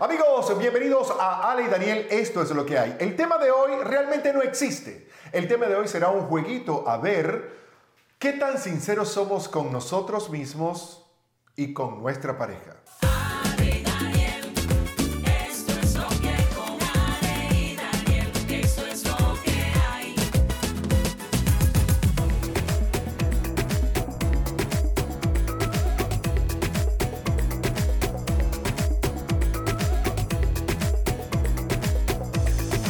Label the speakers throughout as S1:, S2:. S1: Amigos, bienvenidos a Ale y Daniel, esto es lo que hay. El tema de hoy realmente no existe. El tema de hoy será un jueguito a ver qué tan sinceros somos con nosotros mismos y con nuestra pareja.
S2: Ale y Daniel, esto es lo que hay con Ale y Daniel, esto es lo que hay.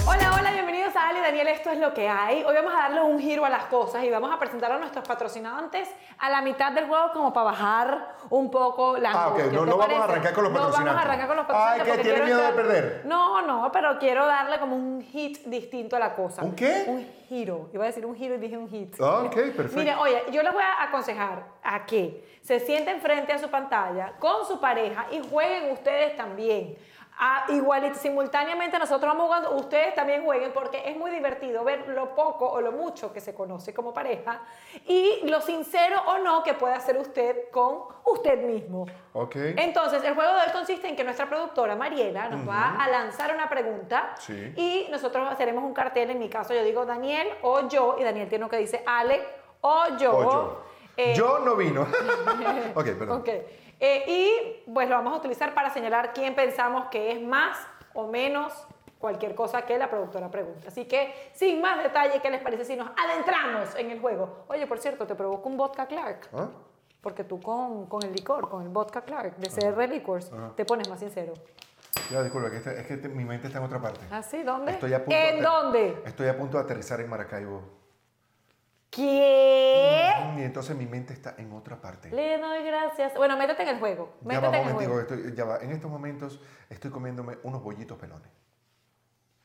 S3: Hola, hola, bienvenidos a Ale y Daniel, esto es lo que hay. Hoy vamos a darle un giro a las cosas y vamos a presentar a nuestros patrocinantes a la mitad del juego como para bajar un poco la
S1: Ah, ok,
S3: angustia,
S1: no-
S3: ¿te
S1: no vamos a
S3: parece?
S1: arrancar con los
S3: No vamos
S1: patrocinantes.
S3: a arrancar con los
S1: Ay,
S3: patrocinantes.
S1: ¿qué?
S3: porque
S1: ¿Tiene
S3: quiero
S1: miedo de
S3: entrar-
S1: perder?
S3: No, no, pero quiero darle como un hit distinto a la cosa.
S1: ¿Un qué?
S3: Un giro. Iba a decir un giro y dije un hit.
S1: Ah, ok, perfecto.
S3: Mire, oye, yo les voy a aconsejar a que se sienten frente a su pantalla con su pareja y jueguen ustedes también. Ah, igual y simultáneamente nosotros vamos jugando, ustedes también jueguen porque es muy divertido ver lo poco o lo mucho que se conoce como pareja y lo sincero o no que puede hacer usted con usted mismo.
S1: Ok.
S3: Entonces, el juego de hoy consiste en que nuestra productora Mariela nos va a lanzar una pregunta
S1: Sí.
S3: y nosotros haremos un cartel. En mi caso, yo digo Daniel o yo, y Daniel tiene uno que dice Ale o yo.
S1: O yo.
S3: Eh,
S1: Yo no vino. ok, perdón.
S3: ok. Eh, y pues lo vamos a utilizar para señalar quién pensamos que es más o menos cualquier cosa que la productora pregunta. Así que, sin más detalle, ¿qué les parece si nos adentramos en el juego? Oye, por cierto, te provoco un vodka Clark.
S1: ¿Ah?
S3: Porque tú con, con el licor, con el vodka Clark de CR Liquors,
S1: Ajá.
S3: te pones más sincero.
S1: Ya, disculpa, que este- es que te- mi mente está en otra parte.
S3: ¿Ah, sí? ¿Dónde?
S1: Estoy a punto de
S3: ¿En
S1: ater-
S3: dónde?
S1: Estoy a punto de aterrizar en Maracaibo. Mm,
S3: ¿Qué?
S1: Y entonces mi mente está en otra parte.
S3: Le doy gracias. Bueno, métete en el juego.
S1: Ya
S3: Métete
S1: va,
S3: en el
S1: momentico,
S3: juego.
S1: estoy- ya va. En estos momentos estoy comiéndome unos bollitos pelones.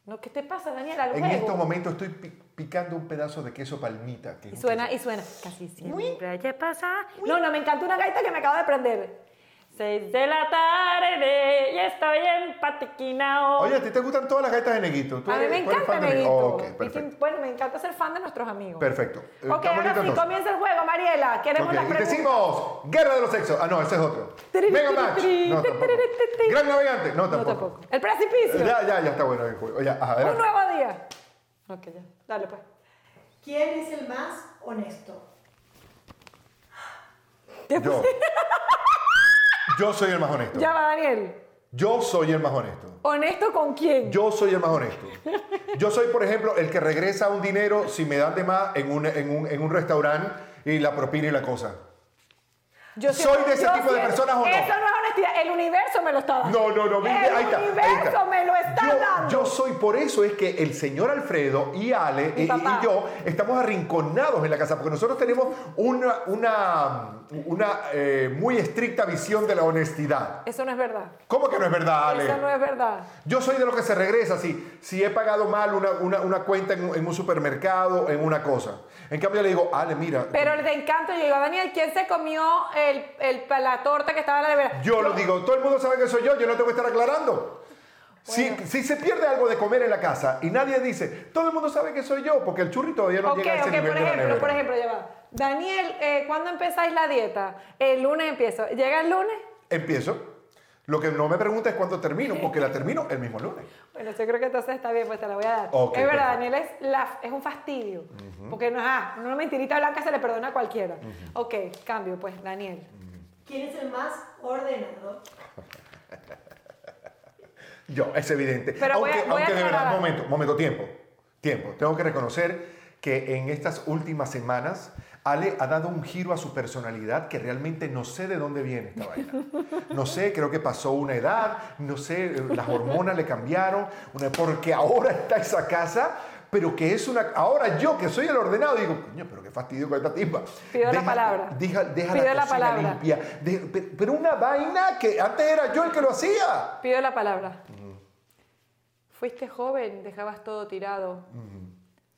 S3: No, ¿qué te pasa, Daniel? Al
S1: En este
S3: juego.
S1: estos momentos estoy pi- picando un pedazo de queso palmita. Que es
S3: Y
S1: un
S3: suena,
S1: queso-
S3: y suena. Casi siempre ¿Qué pasa. No, no, me encanta una gaita que me acabo de prender. Seis de la tarde y estoy en Patiquinao.
S1: Oye, ¿a ti te gustan todas las galletas de Neguito? ¿Tú
S3: a mí me
S1: eres- tú eres
S3: encanta,
S1: fan de
S3: amiguito.
S1: Ok,
S3: Y que,
S1: perfecto.
S3: bueno, me encanta ser fan de nuestros amigos.
S1: Perfecto. Eh,
S3: Ok,
S1: está
S3: ahora
S1: bonito,
S3: sí,
S1: entonces.
S3: comienza el juego, Mariela. Queremos
S1: Ok,
S3: las
S1: Y
S3: preguntas.
S1: decimos, Guerra de los Sexos. Ah, no, ese es otro.
S3: Tiri,
S1: Mega
S3: tiri,
S1: Match.
S3: tiri,
S1: No,
S3: tiri,
S1: tampoco.
S3: tiri, tiri.
S1: Gran navegante. No,
S3: No,
S1: tampoco.
S3: tampoco. El precipicio.
S1: Ya, ya, ya está bueno el juego. Ya, ajá,
S3: Un
S1: adelante.
S3: nuevo día. Ok, ya. Dale, pues.
S4: ¿Quién es el más honesto?
S1: Yo. Yo soy el más honesto.
S3: Ya va, Daniel.
S1: Yo soy el más honesto.
S3: ¿Honesto con quién?
S1: Yo soy el más honesto. Yo soy, por ejemplo, el que regresa un dinero si me dan de más en un, en un, en un restaurante y la propina y la cosa.
S3: Yo
S1: ¿soy de ese tipo de personas o no?
S3: Eso no es honestidad. El universo me lo está dando.
S1: No, no, no.
S3: El
S1: mire, ahí está.
S3: universo
S1: ahí está.
S3: me lo está
S1: yo,
S3: dando.
S1: Yo soy, por eso es que el señor Alfredo y Ale
S3: Mi
S1: y, y-
S3: papá.
S1: y yo estamos arrinconados en la casa, porque nosotros tenemos una, una, una eh, muy estricta visión de la honestidad.
S3: Eso no es verdad.
S1: ¿Cómo que no es verdad, Ale?
S3: Eso no es verdad.
S1: Yo soy de los que se regresa si, si he pagado mal una, una- una cuenta en un, en un supermercado, en una cosa. En cambio, le digo, Ale, mira.
S3: Pero el de encanto, yo digo, Daniel, ¿quién se comió el, el- la torta que estaba en la nevera?
S1: Yo lo digo, todo el mundo sabe que soy yo, yo no tengo que estar aclarando. Si, si se pierde algo de comer en la casa y nadie dice, todo el mundo sabe que soy yo, porque el churri todavía no
S3: Ok,
S1: llega a ese
S3: ok,
S1: nivel
S3: por
S1: de la
S3: ejemplo,
S1: nevera.
S3: por ejemplo, ya va. Daniel, eh, ¿cuándo empezáis la dieta? El lunes empiezo. ¿Llega el lunes?
S1: Empiezo. Lo que no me pregunta es cuándo termino, porque la termino el mismo lunes.
S3: Bueno, yo creo que entonces está bien, pues te la voy a dar.
S1: Ok,
S3: es verdad,
S1: perfecto.
S3: Daniel es, la- es un fastidio. Porque no, ah, una mentirita blanca se le perdona a cualquiera. Ok, cambio, pues, Daniel.
S4: ¿Quién es el más ordenado?
S1: Yo, es evidente.
S3: Pero voy
S1: aunque
S3: a- voy a
S1: aunque de verdad,
S3: aclarar.
S1: momento, momento, tiempo. Tiempo. Tengo que reconocer que en estas últimas semanas Ale ha dado un giro a su personalidad que realmente no sé de dónde viene esta vaina. No sé, creo que pasó una edad, no sé, eh, las hormonas le cambiaron, una- porque ahora está esa casa, pero que es una... Ahora yo, que soy el ordenado, digo, coño, pero qué fastidio con esta tipa.
S3: Pido la palabra.
S1: Deja, deja
S3: Pido
S1: la,
S3: la
S1: cocina
S3: palabra.
S1: limpia. De- pe- pero una vaina que antes era yo el que lo hacía.
S3: Pido la palabra. Fuiste joven, dejabas todo tirado.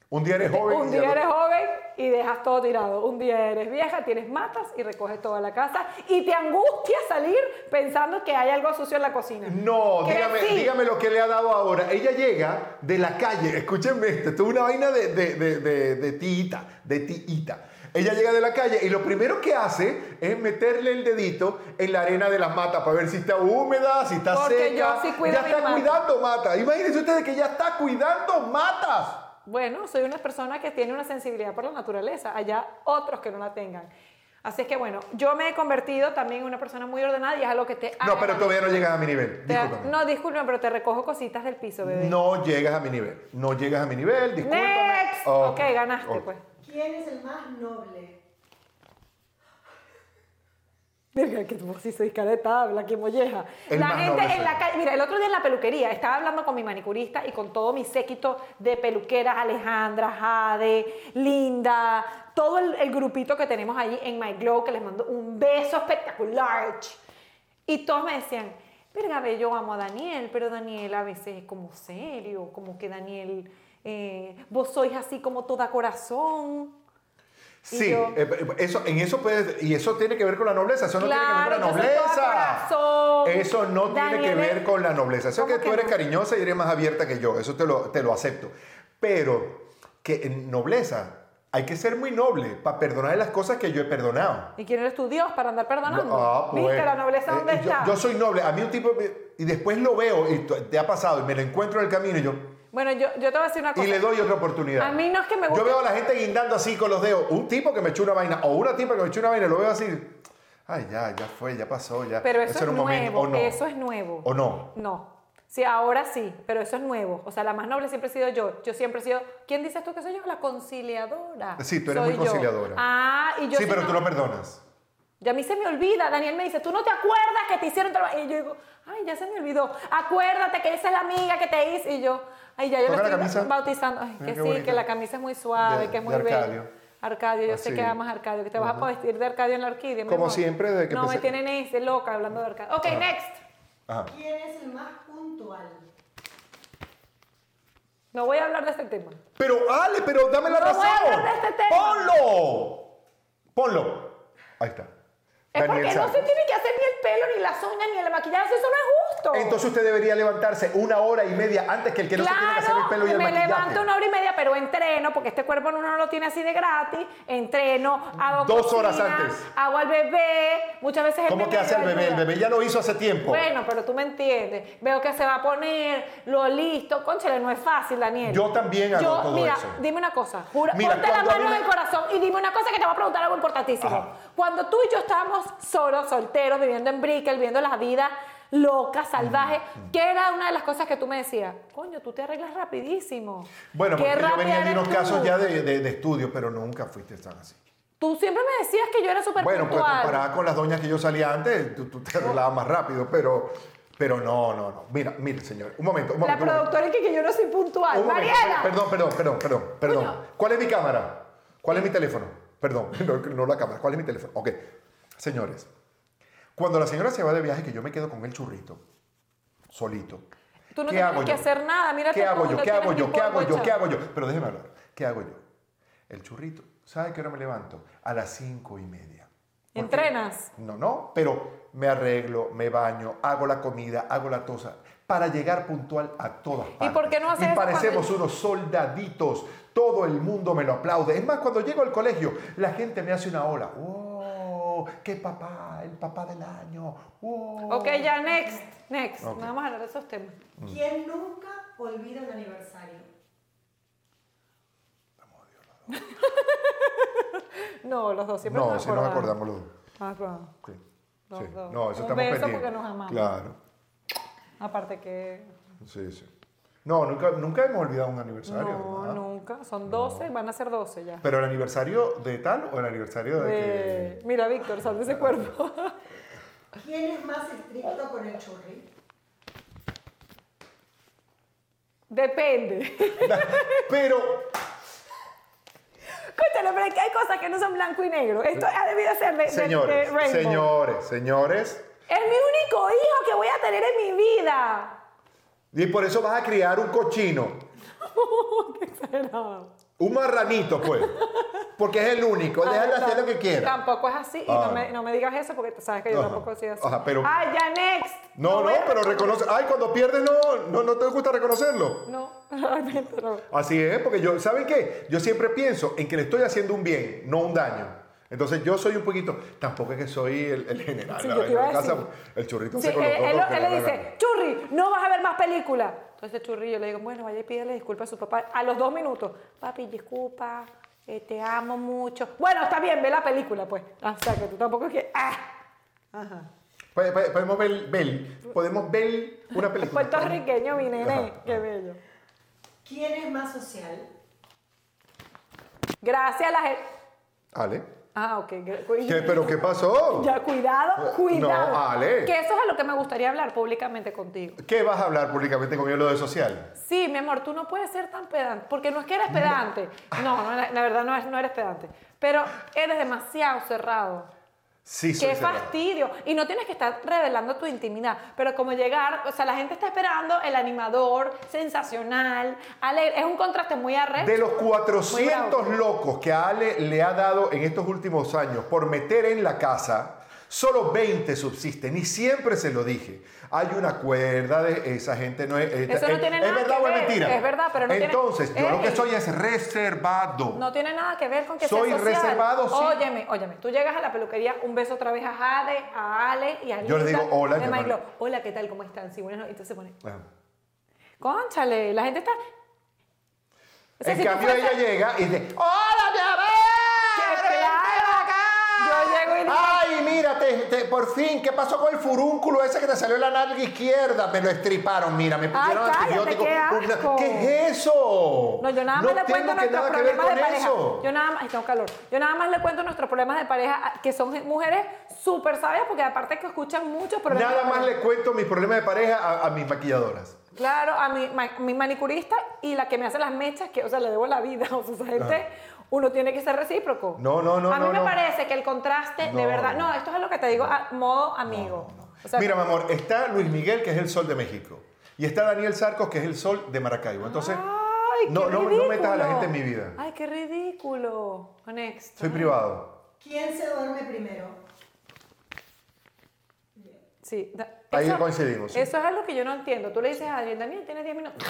S1: Un día eres joven.
S3: un
S1: y
S3: día
S1: ya-
S3: eres joven y dejas todo tirado. Un día eres vieja, tienes matas y recoges toda la casa. Y te angustia salir pensando que hay algo sucio en la cocina.
S1: No, dígame,
S3: Crecí.
S1: dígame lo que le ha dado ahora. Ella llega de la calle, escúchenme esto, esto es una vaina de, de, de, de, de tiita, de tiita. Ella llega de la calle y lo primero que hace es meterle el dedito en la arena de las matas para ver si está húmeda, si está
S3: Porque
S1: seca.
S3: yo sí cuido
S1: ya
S3: mis
S1: está
S3: matas.
S1: cuidando matas. Imagínense ustedes que ya está cuidando matas.
S3: Bueno, soy una persona que tiene una sensibilidad por la naturaleza. Allá otros que no la tengan. Así es que bueno, yo me he convertido también en una persona muy ordenada y es algo que te...
S1: No, pero
S3: agradezco.
S1: todavía no llegas a mi nivel.
S3: Ah, Te-
S1: Discúlpame.
S3: no, discúlpame, pero te recojo cositas del piso, bebé.
S1: No llegas a mi nivel. No llegas a mi nivel, discúlpame.
S3: Next.
S1: Oh,
S3: ok, ganaste
S1: ok.
S3: pues.
S4: ¿Quién es el más noble?
S3: Verga, que vos sí sois careta, habla que molleja.
S1: El
S3: la
S1: más
S3: gente
S1: noble
S3: en la
S1: soy.
S3: calle, mira, el otro día en la peluquería estaba hablando con mi manicurista y con todo mi séquito de peluqueras, Alejandra, Jade, Linda, todo el, el grupito que tenemos ahí en My Glow, que les mando un beso espectacular. Y todos me decían, verga, ve, yo amo a Daniel, pero Daniel a veces es como serio, como que Daniel, eh, vos sois así como toda corazón. Y
S1: Sí,
S3: yo-
S1: eh, eso, en eso puedes, y eso tiene que ver con la nobleza, eso no
S3: Claro,
S1: tiene que
S3: yo
S1: ver
S3: soy
S1: con
S3: toda
S1: la
S3: corazón.
S1: nobleza. Eso no tiene que
S3: Daniel,
S1: ver con la nobleza. Eso
S3: ¿cómo
S1: que tú
S3: que
S1: eres
S3: no?
S1: cariñosa y eres más abierta que yo, eso te lo, te lo acepto. Pero que en nobleza hay que ser muy noble para perdonar las cosas que yo he perdonado.
S3: ¿Y quién eres tu Dios para andar perdonando?
S1: Ah, pues.
S3: ¿Viste la nobleza
S1: Eh,
S3: dónde
S1: yo,
S3: está?
S1: Yo soy noble, a mí un tipo me- y después lo veo y t- te ha pasado y me lo encuentro en el camino y yo
S3: Bueno, yo, yo te voy a decir una cosa.
S1: y le doy otra oportunidad.
S3: A mí no es que me guste.
S1: Yo veo a la gente guindando así con los dedos. Un tipo que me echó una vaina o una tipa que me echó una vaina, lo veo así. Ay, ya, ya fue, ya pasó, ya.
S3: Pero eso, es
S1: era un
S3: nuevo,
S1: momento, o no.
S3: eso es nuevo.
S1: O no.
S3: No. Sí, ahora sí, pero eso es nuevo. O sea, la más noble siempre he sido yo. Yo siempre he sido. ¿Quién dices tú que soy yo? La conciliadora.
S1: Sí, tú eres
S3: Soy
S1: muy
S3: yo.
S1: conciliadora.
S3: Ah, y yo.
S1: sí,
S3: sí
S1: pero
S3: no-
S1: tú lo perdonas.
S3: Y a mí se me olvida. Daniel me dice, tú no te acuerdas que te hicieron trabajo. Y yo digo, ay, ya se me olvidó. Acuérdate que esa es la amiga que te hice. Y yo, ay, ya yo
S1: Toca
S3: la
S1: la
S3: estoy
S1: camisa.
S3: bautizando. Ay,
S1: Mira
S3: que
S1: qué
S3: sí,
S1: bonita.
S3: que la camisa es muy suave,
S1: De-
S3: que es
S1: de
S3: muy bella.
S1: Arcadio.
S3: Arcadio, yo sé
S1: Así.
S3: que amas a Arcadio, que te vas
S1: Ajá.
S3: a vestir de Arcadio en la orquídea. mi
S1: Como
S3: amor.
S1: siempre, desde que
S3: No, me
S1: empecé- Ah.
S3: tienen ese loca hablando de Arcadio. Ok, next.
S1: Ajá.
S4: ¿Quién es el más puntual?
S3: No voy a hablar de este tema.
S1: Pero, Ale, pero dame la
S3: No voy
S1: razón.
S3: a hablar de este tema.
S1: ¡Ponlo! Ponlo. Ahí está.
S3: Es porque no
S1: Sáenz.
S3: se tiene que hacer ni el pelo, ni las uñas, ni el maquillaje. Eso no es justo.
S1: Entonces usted debería levantarse una hora y media antes que el que no se tiene que hacer el pelo y el
S3: me
S1: maquillaje.
S3: levanto una hora y media, pero entreno, porque este cuerpo uno no lo tiene así de gratis. Entreno, hago
S1: Dos horas
S3: cocina,
S1: antes.
S3: Hago al bebé, muchas veces el
S1: ¿Cómo
S3: bebé
S1: que hace el
S3: me
S1: bebé? El
S3: ayuda.
S1: bebé ya lo hizo hace tiempo.
S3: Bueno, pero tú me entiendes. Veo que se va a poner, lo listo. Conchale, no es fácil, Daniel.
S1: Yo también hago
S3: Yo-
S1: todo
S3: mira,
S1: eso.
S3: dime una cosa. Jura,
S1: Mira,
S3: ponte la
S1: cuando
S3: mano
S1: a mí
S3: en
S1: me-
S3: el corazón y dime una cosa que te voy a preguntar algo importantísimo.
S1: Ajá.
S3: Cuando tú y yo estábamos solos, solteros, viviendo en Brickell, viviendo la vida loca, salvaje, ¿qué era una de las cosas que tú me decías? Coño, tú te arreglas rapidísimo.
S1: Bueno,
S3: Qué
S1: porque yo
S3: rápida
S1: venía de
S3: eres
S1: unos
S3: tú.
S1: casos ya de, de- de estudio, pero nunca fuiste tan así.
S3: Tú siempre me decías que yo era súper
S1: Bueno, pues
S3: puntual.
S1: comparada con las doñas que yo salía antes, tú, tú te arreglabas más rápido, pero, pero no, no, no. Mira, mire, señor. Un momento, un
S3: la
S1: momento. un momento.
S3: productora es que, que yo no soy puntual.
S1: Un momento.
S3: Mariana.
S1: Perdón, perdón, perdón, perdón, perdón.
S3: Coño.
S1: ¿Cuál es mi cámara? ¿Cuál es mi teléfono? Perdón, no, no la cámara, ¿cuál es mi teléfono? Ok, señores, cuando la señora se va de viaje, que yo me quedo con el churrito, solito.
S3: Tú no
S1: ¿qué
S3: tienes
S1: hago
S3: que
S1: yo?
S3: hacer nada, mírate
S1: ¿Qué hago
S3: tú,
S1: yo?
S3: no
S1: ¿Qué hago
S3: tienes
S1: yo?
S3: ni
S1: ¿Qué hago
S3: polvo
S1: yo? ¿Qué
S3: echado.
S1: hago yo? Pero déjeme hablar. ¿Qué hago yo? El churrito, ¿sabe qué hora me levanto? A las cinco y media. Porque-
S3: ¿Entrenas?
S1: No, no, pero me arreglo, me baño, hago la comida, hago la tosa, para llegar puntual a todas partes.
S3: por qué no haces
S1: Y
S3: eso
S1: parecemos
S3: cuando-
S1: unos soldaditos. Todo el mundo me lo aplaude. Es más, cuando llego al colegio, la gente me hace una ola. ¡Wow! ¡Qué papá! ¡El papá del año! ¡Oh! ¡Wow!
S3: Ok, ya, next, next.
S1: Ok.
S3: No vamos a hablar de esos temas.
S4: ¿Quién nunca olvida un aniversario?
S3: No, los dos siempre
S1: No,
S3: nos
S1: si nos
S3: acordamos.
S1: acordamos los dos.
S3: Ah, claro.
S1: Sí.
S3: Los
S1: Sí.
S3: dos.
S1: No, eso
S3: Un
S1: estamos
S3: beso
S1: pendientes.
S3: porque nos amamos.
S1: Claro.
S3: Aparte que...
S1: Sí, sí. No, nunca, nunca hemos olvidado un aniversario.
S3: no,
S1: ¿verdad?
S3: nunca. Son 12, van a ser 12 ya.
S1: ¿Pero el aniversario de tal o el aniversario de,
S3: De- Mira, Víctor, sal de ese cuerpo.
S4: ¿Quién es más estricto con el churri?
S3: Depende.
S1: que...? Pero,
S3: Escúchale, pero es que hay cosas que no son blanco y negro. Esto ha debido ser de, de- de
S1: señores,
S3: rainbow.
S1: señores, señores,
S3: Es mi único hijo que voy a tener en mi vida.
S1: y por eso vas a criar un cochino.
S3: Qué exagerado.
S1: Un marranito, pues. Porque es el único.
S3: Ah,
S1: Déjalo hacer lo que quiera.
S3: Tampoco es así. Y
S1: Ah.
S3: no, me, no me digas eso porque tú sabes que yo
S1: Ajá.
S3: tampoco soy así.
S1: Ajá, pero-
S3: ¡Ah, ya next!
S1: No, no,
S3: voy a-
S1: pero reconoce. Ay, cuando pierdes, no, no, no te gusta reconocerlo.
S3: No, realmente no.
S1: Así es, porque yo, ¿saben qué? Yo siempre pienso en que le estoy haciendo un bien, no un daño. Entonces yo soy un poquito, tampoco es que soy el, el general.
S3: Sí,
S1: la
S3: yo te
S1: verdad,
S3: iba a
S1: en casa, pues,
S3: decir.
S1: el churrito
S3: Sí,
S1: se
S3: él,
S1: colocó.
S3: él-
S1: lo que
S3: él
S1: le da
S3: le
S1: la
S3: dice,
S1: gana.
S3: Churri, no vas a ver más películas. Entonces Churri, yo le digo, bueno, vaya y pídele disculpas a su papá. A los dos minutos, papi, disculpa, eh, te amo mucho. Bueno, está bien, ve la película, pues. O sea, que tú tampoco es que... ¡Ah! Ajá.
S1: Pues, pues, Podemos ver, ver- podemos ver una película.
S3: Pues, Puertorriqueño, mi nene,
S1: Ajá.
S3: qué bello.
S4: ¿Quién es más social?
S3: Gracias a la gente...
S1: Ale.
S3: Ah, ok. gra- cu-
S1: ¿Qué- ¿Pero qué pasó?
S3: Ya,
S1: Eh,
S3: cuidado, cuidado.
S1: no, Ale.
S3: Que eso es a lo que me gustaría hablar públicamente contigo.
S1: ¿Qué vas a hablar públicamente conmigo lo de social?
S3: Sí, mi amor, tú no puedes ser tan pedante, porque no es que eres pedante. No, no, la, la verdad no, es- no eres pedante, pero eres demasiado cerrado.
S1: Sí, soy
S3: Qué
S1: cerrado.
S3: fastidio. Y no tienes que estar revelando tu intimidad, pero como llegar, o sea, la gente está esperando el animador, sensacional, alegre. Es un contraste muy arrecho.
S1: De los
S3: Muy
S1: 400
S3: bravo.
S1: locos que a Ale le ha dado en estos últimos años por meter en la casa, solo 20 subsisten. Y siempre se lo dije. Hay una cuerda de esa gente. No es, es-
S3: Eso no
S1: es-
S3: tiene
S1: ¿es
S3: nada
S1: verdad
S3: que
S1: o es
S3: ver,
S1: mentira?
S3: es verdad, pero no tiene-
S1: Entonces, yo lo que
S3: Ey.
S1: soy es reservado.
S3: No tiene nada que ver con que
S1: Soy
S3: sea social.
S1: reservado, sí.
S3: Óyeme, óyeme. Tú llegas a la peluquería, un beso otra vez a Jade, a Ale y a
S1: Yo le
S3: Anita,
S1: digo, hola,
S3: de
S1: yo no-
S3: Maiglo. Hola, ¿qué tal? ¿Cómo están? Sí, bueno, entonces se pone,
S1: Ah.
S3: cónchale, la gente está... O sea,
S1: en
S3: si tú
S1: cambio,
S3: fueras-
S1: ella llega y dice, ¡Hola, mi amor!
S3: ¡Qué claro! Yo llego y digo-
S1: ¡Ay, mira, te- te- por fin! ¿Qué pasó con el furúnculo ese que te salió en la nalga izquierda? Me lo estriparon, mira, me pusieron
S3: cállate,
S1: antibiótico.
S3: qué asco.
S1: ¿Qué es eso?
S3: No, yo nada más le cuento
S1: tengo que
S3: nuestros
S1: nada que ver
S3: problemas
S1: con
S3: de pareja.
S1: eso.
S3: Yo nada más, ay, tengo calor. Yo nada más le cuento nuestros problemas de pareja, a- que son gen- mujeres súper sabias, porque aparte que escuchan muchos problemas.
S1: Nada
S3: de
S1: más
S3: pareja.
S1: le cuento mis problemas de pareja a, a mis maquilladoras.
S3: Claro, a mi, ma- mi manicurista y la que me hace las mechas, que, o sea, le debo la vida. O sea, esa gente, uno tiene que ser recíproco.
S1: No, no, no,
S3: A mí
S1: no,
S3: me
S1: no.
S3: parece que el contraste, de
S1: No,
S3: verdad,
S1: no.
S3: no, esto es lo que te digo a modo amigo. O sea,
S1: Mira, mi amor, está Luis Miguel, que es el sol de México. Y está Daniel Sarcos, que es el sol de Maracaibo. Entonces,
S3: Ah, ay, qué
S1: no, no, no metas a la
S3: ridículo.
S1: gente en mi vida.
S3: Ay, qué ridículo. Next.
S1: Soy privado.
S4: ¿Quién se duerme primero?
S3: Sí. da-
S1: Ahí coincidimos, sí.
S3: Eso es algo que yo no entiendo. Tú le dices a Daniel, Daniel, tienes 10 minutos.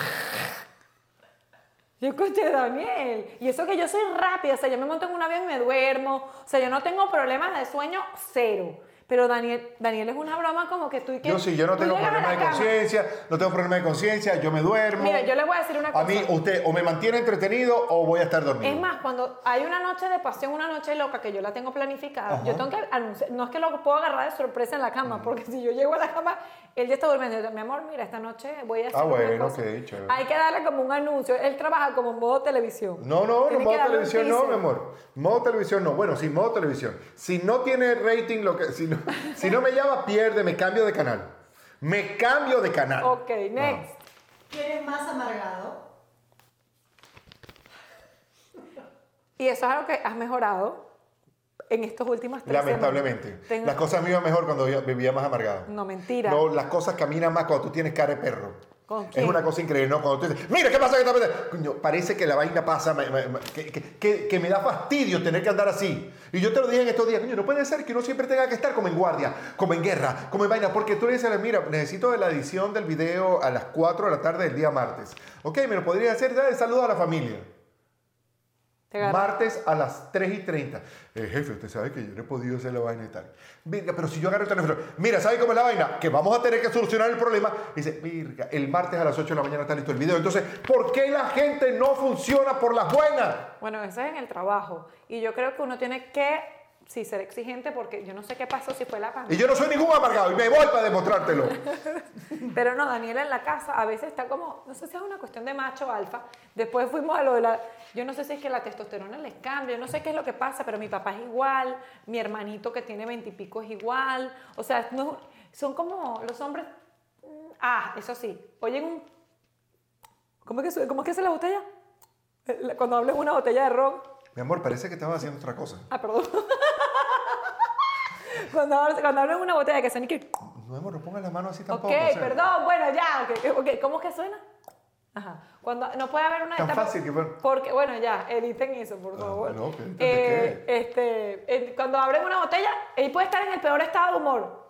S3: Yo escuché Daniel. Y eso que yo soy rápida, o sea, yo me monto en un avión y me duermo. O sea, yo no tengo problemas de sueño cero. Pero Daniel, Daniel es una broma como que tú y que.
S1: Yo sí, yo no
S3: tú
S1: tengo
S3: llegas a la
S1: problema de
S3: cama.
S1: conciencia, no tengo problema de conciencia, yo me duermo.
S3: Mira, yo les voy a decir una cosa.
S1: A mí, usted o me mantiene entretenido o voy a estar dormido.
S3: Es más, cuando hay una noche de pasión, una noche loca que yo la tengo planificada,
S1: Ajá.
S3: yo tengo que anunciar, no es que lo puedo agarrar de sorpresa en la cama, porque si yo llego a la cama, él ya está durmiendo. Yo digo, mi amor, mira, esta noche voy a hacer
S1: Ah,
S3: una
S1: bueno,
S3: cosa".
S1: ok, chévere.
S3: Hay que darle como un anuncio. Él trabaja como en modo televisión.
S1: No, no, no,
S3: Tiene que
S1: modo
S3: darle un
S1: televisión no,
S3: teaser.
S1: mi amor. Modo televisión no. Bueno, sí, modo televisión. Si no tiene rating, lo que, si, no, si no me llama, pierde, me cambio de canal. Me cambio de canal.
S3: Ok, next.
S4: ¿Quién es más amargado?
S3: Y eso es algo que has mejorado en estos últimos tres
S1: Lamentablemente.
S3: semanas. Tengo-
S1: Las cosas me iban mejor cuando yo vivía más amargado.
S3: No, mentira.
S1: No, las cosas caminan más cuando tú tienes cara de perro.
S3: ¿Con
S1: es
S3: quién?
S1: una cosa increíble, ¿no? Cuando tú dices, mira, ¿qué pasa? ¿Qué está pasando?". Coño, parece que la vaina pasa, me- me- me- que, que- que- que me da fastidio tener que andar así. Y yo te lo dije en estos días, coño, no puede ser que uno siempre tenga que estar como en guardia, como en guerra, como en vaina, porque tú le dices, mira, necesito de la edición del video a las 4 de la tarde del día martes. Ok, me lo podría hacer, dale saludo a la familia.
S3: Te agarra-
S1: Martes a las 3 y 30. Eh, jefe, usted sabe que yo no he podido hacer la vaina y tal. Virga, pero si yo agarro el teléfono, mira, ¿sabe cómo es la vaina? Que vamos a tener que solucionar el problema. Dice, Virga, el martes a las 8 de la mañana está listo el video. Entonces, ¿por qué la gente no funciona por las buenas?
S3: Bueno, eso es en el trabajo. Y yo creo que uno tiene que, sí, ser exigente, porque yo no sé qué pasó si fue la pandemia.
S1: Y yo no soy ningún amargado y me voy para demostrártelo.
S3: Pero no, Daniela en la casa a veces está como, no sé si es una cuestión de macho alfa. Después fuimos a lo de la, yo no sé si es que la testosterona les cambia, no sé qué es lo que pasa, pero mi papá es igual, mi hermanito que tiene veintipico es igual. O sea, no, son como los hombres. mm, Ah, eso sí, oyen un. ¿Cómo es que, su- cómo es que hace la botella? Eh, la- Cuando hablas una botella de ron.
S1: Mi amor, parece que estaba haciendo otra cosa.
S3: Ah, perdón. Cuando, hablas- cuando hablas una botella que suena y que.
S1: No, amor, no pongas la mano así
S3: Ok,
S1: tampoco. o sea.
S3: perdón, bueno, ya. ok, ok, ¿Cómo es que suena? Ajá. Cuando, no puede haber una
S1: Tan
S3: etapa.
S1: fácil que bueno.
S3: Porque, bueno, ya, editen eso, por
S1: Ah,
S3: favor.
S1: no, que editen
S3: Eh, este, eh, cuando abren una botella, él puede estar en el peor estado de humor.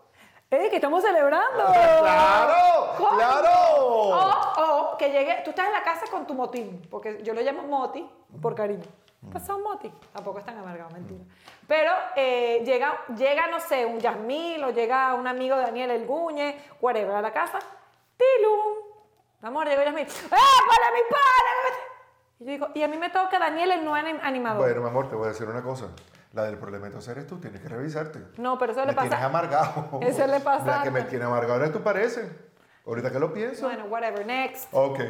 S3: ¡Ey, que estamos celebrando!
S1: Ah, ¡Claro!
S3: Coño. Oh.
S1: ¡Claro!
S3: O, o que llegue, tú estás en la casa con tu motín, porque yo lo llamo moti por cariño.
S1: Mm.
S3: Pasó un moti, tampoco es tan amargado, mentira. Pero eh, llega, llega, no sé, un Yasmil o llega un amigo de Daniel El Guñe, whatever, a la casa. ¡Tilum! Amor, llegó Yasmil. ¡Ah, para mi padre! Y yo digo, y a mí me toca Daniel el no anim- animador.
S1: Bueno, mi amor, te voy a decir una cosa. La del problema entonces eres tú, tienes que revisarte.
S3: no, pero eso
S1: me
S3: le pasa.
S1: tienes amargado.
S3: Eso le pasa.
S1: La que me tiene amargado eres tú, parece. Ahorita que lo pienso.
S3: Bueno, whatever, next.
S1: Ok.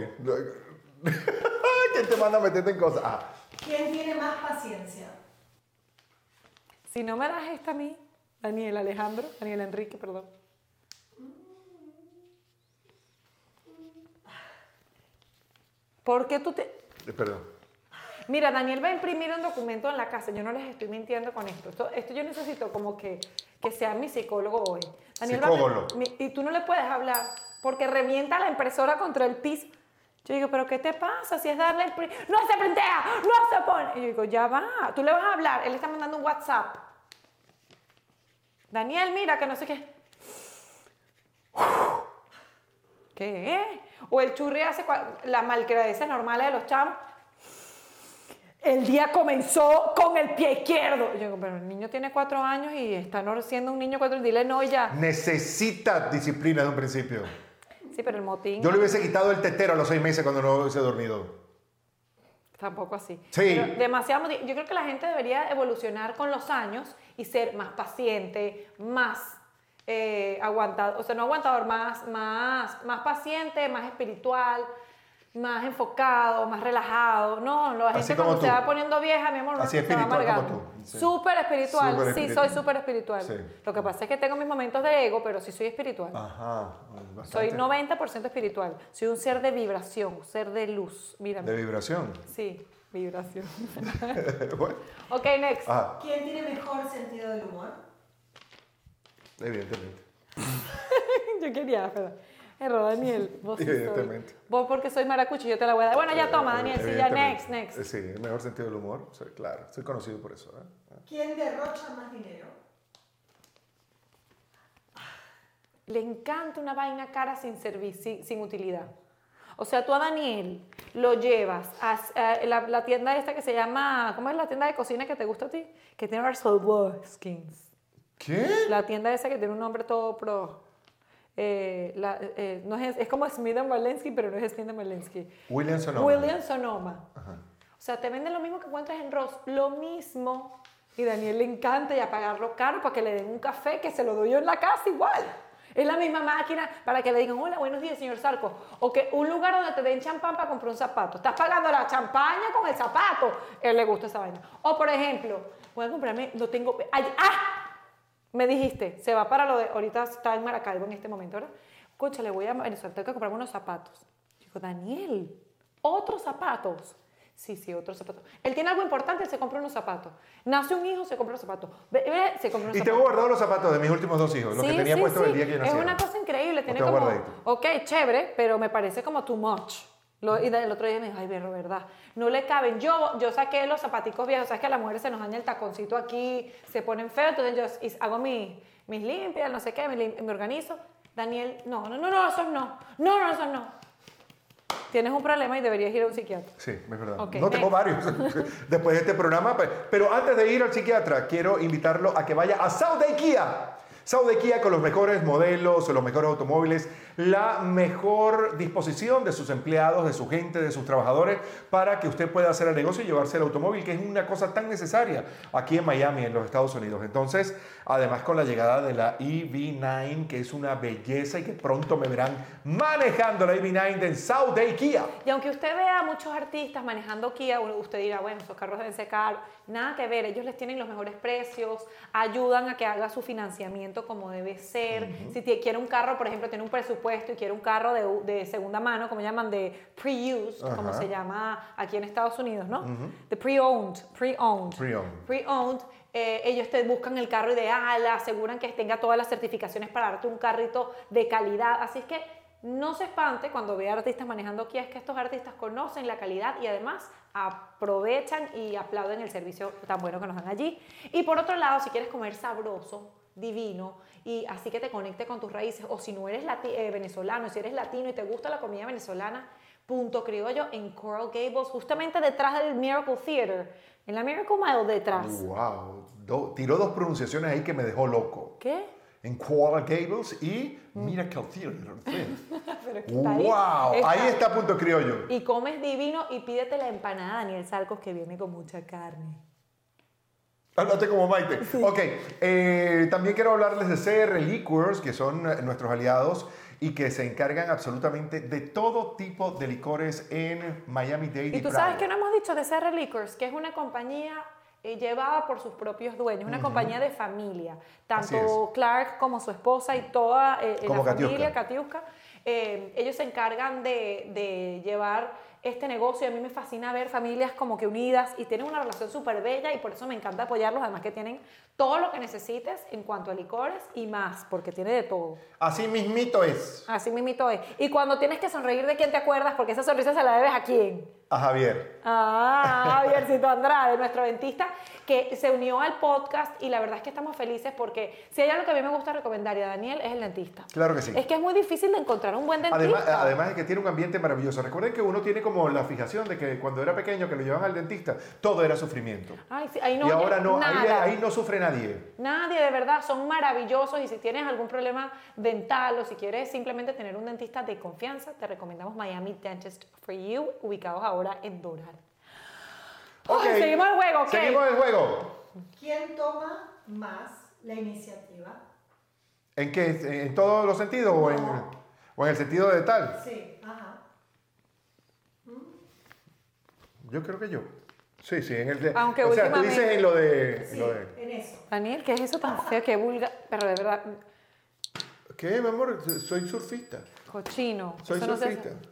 S1: ¿Quién te manda a meterte en cosas? Ah,
S4: ¿Quién tiene más paciencia?
S3: Si no me das esta a mí, Daniel Alejandro, Daniel Enrique, perdón. ¿Por qué tú te.?
S1: eh, perdón.
S3: Mira, Daniel va a imprimir un documento en la casa. Yo no les estoy mintiendo con esto. Esto, esto yo necesito como que, que sea mi psicólogo hoy. Daniel va a-
S1: Psicólogo.
S3: mi- y tú no le puedes hablar porque revienta la impresora contra el piso. Yo digo, ¿pero qué te pasa? Si es darle el... pri- ¡No se printea! ¡No se pone! Y yo digo, ya va. Tú le vas a hablar. Él le está mandando un WhatsApp. Daniel, mira, que no sé qué. ¿Qué O el churri hace cua- la malcriadeza normal de los chamos. El día comenzó con el pie izquierdo. Y Yo digo, pero el niño tiene cuatro años y está no- siendo un niño cuatro. Dile no y ya.
S1: Necesita disciplina de un principio.
S3: Sí, pero el motín
S1: Yo le hubiese quitado el tetero a los seis meses cuando no hubiese dormido.
S3: tampoco así.
S1: Sí.
S3: Pero demasiado motín. Yo creo que la gente debería evolucionar con los años y ser más paciente, más eh, aguantador, o sea, no aguantador, más, más, más paciente, más espiritual, más enfocado, más relajado. No, la
S1: Así
S3: gente
S1: como
S3: cuando se
S1: tú.
S3: va poniendo vieja, mi amor, uno
S1: Así
S3: se va
S1: espiritual como
S3: amargando.
S1: tú. Sí.
S3: Súper espiritual.
S1: Súper
S3: sí,
S1: espiritual.
S3: soy súper espiritual.
S1: Sí.
S3: Lo que pasa es que tengo mis momentos de ego, pero sí soy espiritual.
S1: Ajá.
S3: Soy
S1: bastante.
S3: 90% espiritual. Soy un ser de vibración, un ser de luz. Mírame.
S1: De vibración.
S3: Sí, vibración.
S1: Bueno,
S3: ok, next.
S1: Ah,
S4: ¿Quién tiene mejor sentido del humor?
S1: evidentemente.
S3: yo quería, pero. Error, Daniel. Vos sí soy.
S1: Evidentemente.
S3: Vos porque soy maracucho, yo te la voy a dar. Bueno, Ah, ya toma,
S1: Eh,
S3: Daniel. Sí, ya,
S1: evidentemente.
S3: next, next.
S1: Eh, Sí, el mejor sentido del humor. Sí, claro, soy conocido por eso. ¿eh?
S4: ¿Quién derrocha más dinero?
S3: le encanta una vaina cara sin servicio, sin, sin utilidad. O sea, tú a Daniel lo llevas a, a la, la tienda esta que se llama, ¿cómo es la tienda de cocina que te gusta a ti? Que tiene Skins.
S1: ¿Qué?
S3: La tienda esa que tiene un nombre todo pro. Eh, la- eh, no es, es como Smith Walensky, pero no es Smith Walensky.
S1: William Sonoma.
S3: William Sonoma.
S1: Ajá.
S3: O sea, te venden lo mismo que encuentras en Ross, lo mismo. Y Daniel le encanta y a pagarlo caro para que le den un café que se lo doy yo en la casa igual. Es la misma máquina para que le digan, hola, buenos días, señor Sarco. O que un lugar donde te den champán para comprar un zapato. Estás pagando la champaña con el zapato. Él le gusta esa vaina. O, por ejemplo, voy a comprarme, no tengo... pe- Ay, ¡Ah! Me dijiste, se va para lo de. Ahorita está en Maracaibo en este momento, ¿verdad? Concha, le voy a Marisol, tengo que comprarme unos zapatos. Digo, Daniel, ¿otros zapatos? Sí, sí, otros zapatos. Él tiene algo importante, se compra unos zapatos. Nace un hijo, se compra unos zapatos. Ve- ve, se compra unos
S1: Y
S3: zapatos.
S1: tengo guardados los zapatos de mis últimos dos hijos, los que
S3: Sí,
S1: tenía
S3: sí,
S1: puestos
S3: sí.
S1: el día que yo nací.
S3: Es una cosa increíble. Tiene
S1: tengo
S3: como,
S1: guardadito.
S3: ok, chévere, pero me parece como too much. Lo- y el otro día me dijo, ay, Berro, ¿verdad? No le caben. Yo, yo saqué los zapaticos viejos. Sabes que a las mujeres se nos daña el taconcito aquí, se ponen feos. Entonces yo is- hago mis, mis limpias, no sé qué, me, lim- me organizo. Daniel, no, no, no, no, esos no. No, no, esos no. Tienes un problema y deberías ir a un psiquiatra.
S1: Sí, es verdad.
S3: Ok,
S1: no, tengo
S3: next.
S1: varios. Después de este programa. pues. Pero antes de ir al psiquiatra, quiero invitarlo a que vaya a Saudequía. Saudequía con los mejores modelos, los mejores automóviles, la mejor disposición de sus empleados, de su gente, de sus trabajadores, para que usted pueda hacer el negocio y llevarse el automóvil, que es una cosa tan necesaria aquí en Miami, en los Estados Unidos. Entonces, además con la llegada de la EV9, que es una belleza y que pronto me verán manejando la EV9 en Saudequía.
S3: Y aunque usted vea a muchos artistas manejando Kia, u- usted dirá, bueno, esos carros deben ser caros. Nada que ver, ellos les tienen los mejores precios, ayudan a que haga su financiamiento como debe ser. Si tie- quiere un carro, por ejemplo, tiene un presupuesto y quiere un carro de, u- de segunda mano, como llaman, de pre-used, como
S1: Ajá.
S3: se llama aquí en Estados Unidos, ¿no? De pre-owned, pre-owned.
S1: Pre-owned.
S3: Pre-owned. eh, ellos te buscan el carro ideal, aseguran que tenga todas las certificaciones para darte un carrito de calidad. Así es que No se espante cuando vea artistas manejando Kia, es que estos artistas conocen la calidad y además aprovechan y aplauden el servicio tan bueno que nos dan allí. Y por otro lado, si quieres comer sabroso, divino, y así que te conecte con tus raíces, o si no eres lati- eh, venezolano, si eres latino y te gusta la comida venezolana, Punto Criollo en Coral Gables, justamente detrás del Miracle Theater, en la Miracle Mile detrás.
S1: Oh, Wow, do- tiró dos pronunciaciones ahí que me dejó loco.
S3: ¿Qué?
S1: En Coral Gables y Miracle Theater. sí.
S3: Pero es que Mm. está ahí.
S1: wow,
S3: Está-
S1: ahí está punto criollo.
S3: Y comes divino y pídete la empanada Daniel Salcos que viene con mucha carne.
S1: Háblate como Maite. Ok, eh, también quiero hablarles de CR Liquors, que son eh, nuestros aliados y que se encargan absolutamente de todo tipo de licores en Miami-Dade.
S3: Y tú
S1: Broward.
S3: sabes que no hemos dicho de CR Liquors, que es una compañía eh, llevada por sus propios dueños, una compañía de familia.
S1: Así
S3: Tanto Clark como su esposa y toda eh, eh,
S1: Como
S3: la
S1: Katiuska.
S3: familia Katiuska, eh, ellos se encargan de, de llevar este negocio y a mí me fascina ver familias como que unidas y tienen una relación súper bella y por eso me encanta apoyarlos, además que tienen todo lo que necesites en cuanto a licores y más, porque tiene de todo.
S1: Así mismito es
S3: Así mismito es. Y cuando tienes que sonreír de quién te acuerdas, porque esa sonrisa se la debes a quién.
S1: a Javier.
S3: Ah, Javiercito Andrade, nuestro dentista, que se unió al podcast y la verdad es que estamos felices porque si hay algo que a mí me gusta recomendar y a Daniel es el dentista.
S1: Claro que sí.
S3: Es que es muy difícil de encontrar un buen dentista.
S1: Además, ah, además de que tiene un ambiente maravilloso. Recuerden que uno tiene como la fijación de que cuando era pequeño, que lo llevaban al dentista, todo era sufrimiento.
S3: Ay, sí, ahí no
S1: y
S3: oye
S1: ahora no, ahí,
S3: nada.
S1: ahí no sufre nadie.
S3: Nadie, de verdad, son maravillosos y si tienes algún problema dental o si quieres simplemente tener un dentista de confianza, te recomendamos Miami Dentist for You, ubicados ahora en Doral. Ay,
S1: Ok.
S3: seguimos el juego, ok.
S1: Seguimos el juego.
S4: ¿Quién toma más la iniciativa?
S1: ¿En qué? ¿En todos los sentidos? ¿O en, o en el sentido de tal?
S4: Sí, ajá.
S1: Yo creo que yo. Sí, sí, en el de.
S3: Aunque
S1: o sea, tú
S3: últimamente-
S1: dices en lo de. en
S4: Sí,
S1: lo de-
S4: en eso.
S3: Daniel, ¿qué es eso tan feo? Qué vulgar, pero de verdad,
S1: ¿Qué, mi amor? Soy surfista.
S3: cochino.
S1: Soy
S3: Eso no se hace.
S1: surfista.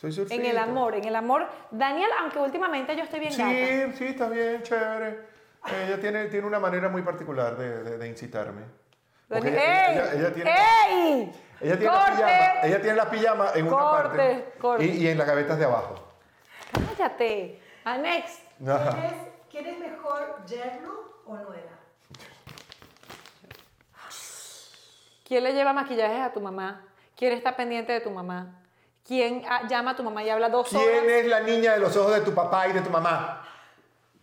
S1: Soy surfista.
S3: En el amor, en el amor. Daniel, aunque últimamente yo estoy bien gata.
S1: Sí, sí, está bien, chévere. Eh, Ella tiene, tiene una manera muy particular de, de- de incitarme. Porque
S3: Daniel-
S1: ella-
S3: ¡Ey!
S1: ella- ella tiene-
S3: ¡Ey!
S1: Ella tiene, las
S3: ¡Corte!
S1: pijamas, ella tiene las pijamas en una
S3: Corte,
S1: parte
S3: corte.
S1: Y, y en las gavetas de abajo.
S3: ¡Cállate! Anex.
S4: ¿Quién
S1: Ajá.
S4: es, quién es mejor, yerno o nuera?
S3: ¿Quién le lleva maquillajes a tu mamá? ¿Quién está pendiente de tu mamá? ¿Quién ah, llama a tu mamá y habla dos
S1: ¿Quién
S3: horas?
S1: es la niña de los ojos de tu papá y de tu mamá?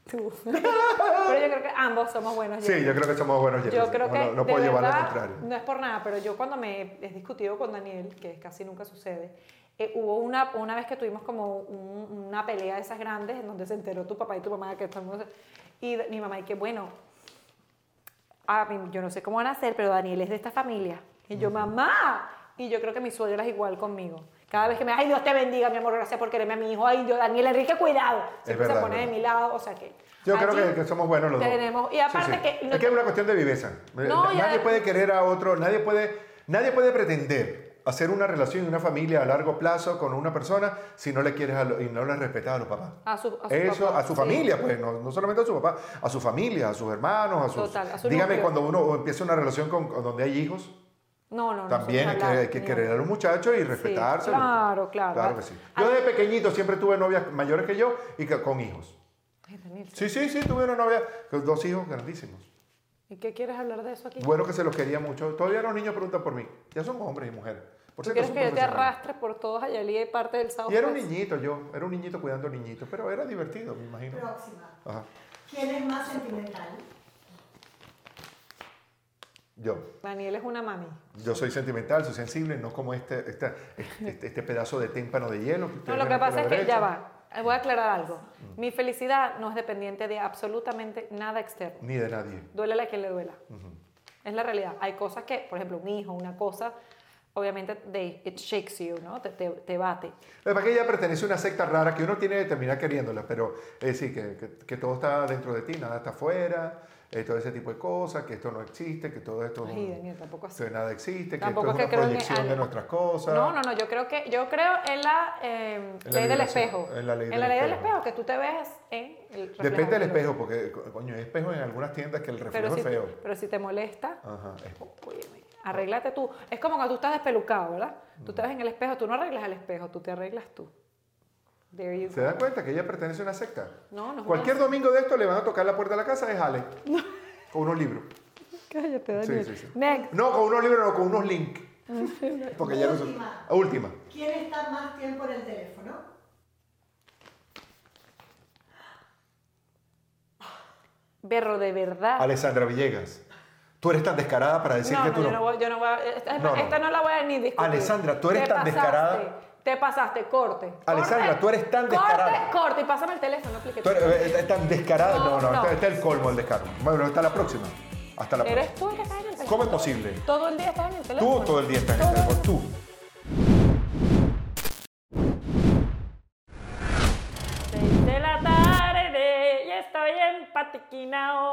S3: Tú. Pero yo creo que ambos somos buenos.
S1: Sí,
S3: yernos.
S1: yo creo que somos buenos yernos.
S3: Yo creo que.
S1: No, no
S3: de
S1: puedo llevar
S3: verdad,
S1: al contrario.
S3: No es por nada, pero yo cuando me he discutido con Daniel, que casi nunca sucede, eh, hubo una, una vez que tuvimos como un- una pelea de esas grandes en donde se enteró tu papá y tu mamá que estamos. Y d- mi mamá, y que bueno, a mí- yo no sé cómo van a hacer, pero Daniel es de esta familia. Y yo, mamá. Y yo creo que mi suegra es igual conmigo. Cada vez que me ay, Dios te bendiga, mi amor, gracias por quererme a mi hijo. Ay, Dios, Daniel Enrique, cuidado. Siempre
S1: verdad,
S3: se pone
S1: es
S3: de
S1: verdad.
S3: mi lado, o sea que.
S1: Yo creo
S3: allí
S1: que, que somos buenos los
S3: tenemos-
S1: dos.
S3: Y aparte que. no-
S1: es que es una cuestión de viveza.
S3: No,
S1: Na-
S3: y
S1: nadie
S3: adem-
S1: puede querer a otro, nadie puede, nadie puede pretender hacer una relación y una familia a largo plazo con una persona si no le quieres a lo- y no le respetas a los papás.
S3: A su- a su
S1: Eso,
S3: papá,
S1: a su
S3: sí.
S1: familia, pues, no, no solamente a su papá, a su familia, a sus hermanos, a sus...
S3: Total, a su
S1: dígame,
S3: núcleo.
S1: cuando uno empieza una relación con, con donde hay hijos,
S3: No, no, no.
S1: también
S3: sin
S1: hay que,
S3: hablar,
S1: hay que
S3: ni
S1: querer a
S3: hablar.
S1: los muchachos y respetarse.
S3: claro, claro.
S1: Claro que sí.
S3: Ah.
S1: Yo desde pequeñito siempre tuve novias mayores que yo y que- con hijos.
S3: Ay, Daniel,
S1: Sí, sí, sí, tuve una novia con dos hijos grandísimos.
S3: ¿Y qué quieres hablar de eso aquí?
S1: Bueno, que se los quería mucho. Todavía los niños preguntan por mí. Ya son hombres y mujeres. Por
S3: ¿Tú
S1: cierto,
S3: quieres
S1: son
S3: que yo te pues?
S1: profesionales.
S3: arrastre por todos allá y parte del sábado?
S1: Y era un niñito yo, era un niñito cuidando niñitos, pero era divertido, me imagino.
S4: Próxima.
S1: Ajá.
S4: ¿Quién es más sentimental?
S1: Yo,
S3: Daniel es una mami.
S1: yo soy sentimental, soy sensible, no como este, esta- este, este pedazo de témpano de hielo.
S3: No,
S1: ustedes ven
S3: lo que
S1: por la
S3: pasa es que
S1: derecha. Mm.
S3: ya va. Eh, Voy a aclarar algo. Mi felicidad no es dependiente de absolutamente nada externo.
S1: Ni de nadie.
S3: Duele la que le duela. Es la realidad. Hay cosas que, por ejemplo, un hijo, una cosa, obviamente they- it shakes you, ¿no? Te, te- te bate.
S1: Lo que pasa es que ella pertenece a una secta rara que uno tiene que terminar queriéndola, pero es decir, que, que- que todo está dentro de ti, nada está afuera, eh, todo ese tipo de cosas, que esto no existe, que todo esto... es
S3: Ay,
S1: un-
S3: Daniel, tampoco así.
S1: que nada existe, que
S3: Tampoco
S1: esto es una
S3: que creo que
S1: proyección
S3: algo-
S1: de nuestras cosas.
S3: No, no, no, yo creo que yo creo en la, eh,
S1: En la
S3: ley del
S1: liberación,
S3: espejo.
S1: en la ley del
S3: del
S1: espejo.
S3: espejo, que tú te ves en el reflejo
S1: Depende del
S3: otro.
S1: espejo, porque, co- coño, hay espejos en algunas tiendas que el reflejo
S3: Pero si,
S1: es feo. Ah.
S3: pero si te molesta,
S1: Ajá, es-
S3: óyeme, Arréglate tú. Es como cuando tú estás despelucado, ¿verdad? Tú
S1: Mm.
S3: te ves en el espejo, tú no arreglas el espejo, tú te arreglas tú. There you
S1: ¿Se
S3: go.
S1: dan cuenta que ella pertenece a una secta?
S3: No, no es
S1: Cualquier domingo de esto le van a tocar la puerta de la casa, es Ale. Con unos libros.
S3: Cállate,
S1: Sí,
S3: Daniel.
S1: sí, sí.
S3: Next.
S1: No, con unos libros, no, con unos links. Porque ya no son-
S4: Última.
S1: Última.
S4: ¿Quién está más tiempo en el teléfono?
S3: Berro, de verdad.
S1: Alessandra Villegas. Tú eres tan descarada para decir
S3: no,
S1: que
S3: no,
S1: tú
S3: yo
S1: no.
S3: no voy, yo no voy a- esta, es
S1: No,
S3: más,
S1: no.
S3: esta no la voy a ni discutir.
S1: Alessandra, tú eres
S3: Te
S1: tan descarada.
S3: Te pasaste, corte.
S1: Alessandra,
S3: Corte,
S1: tú eres tan descarada.
S3: Corte, corte, y pásame el teléfono, aplíquete.
S1: Tú eres eh, tan descarada. No,
S3: No,
S1: no,
S3: no.
S1: Está, está el colmo el descaro. Bueno, hasta la próxima. Hasta la próxima.
S3: Eres tú el que estás en el teléfono.
S1: ¿Cómo es posible?
S3: Todo el día estás en el teléfono.
S1: Tú todo el día estás en el teléfono. Tú.
S3: Seis de la tarde y estoy en Patiquinao.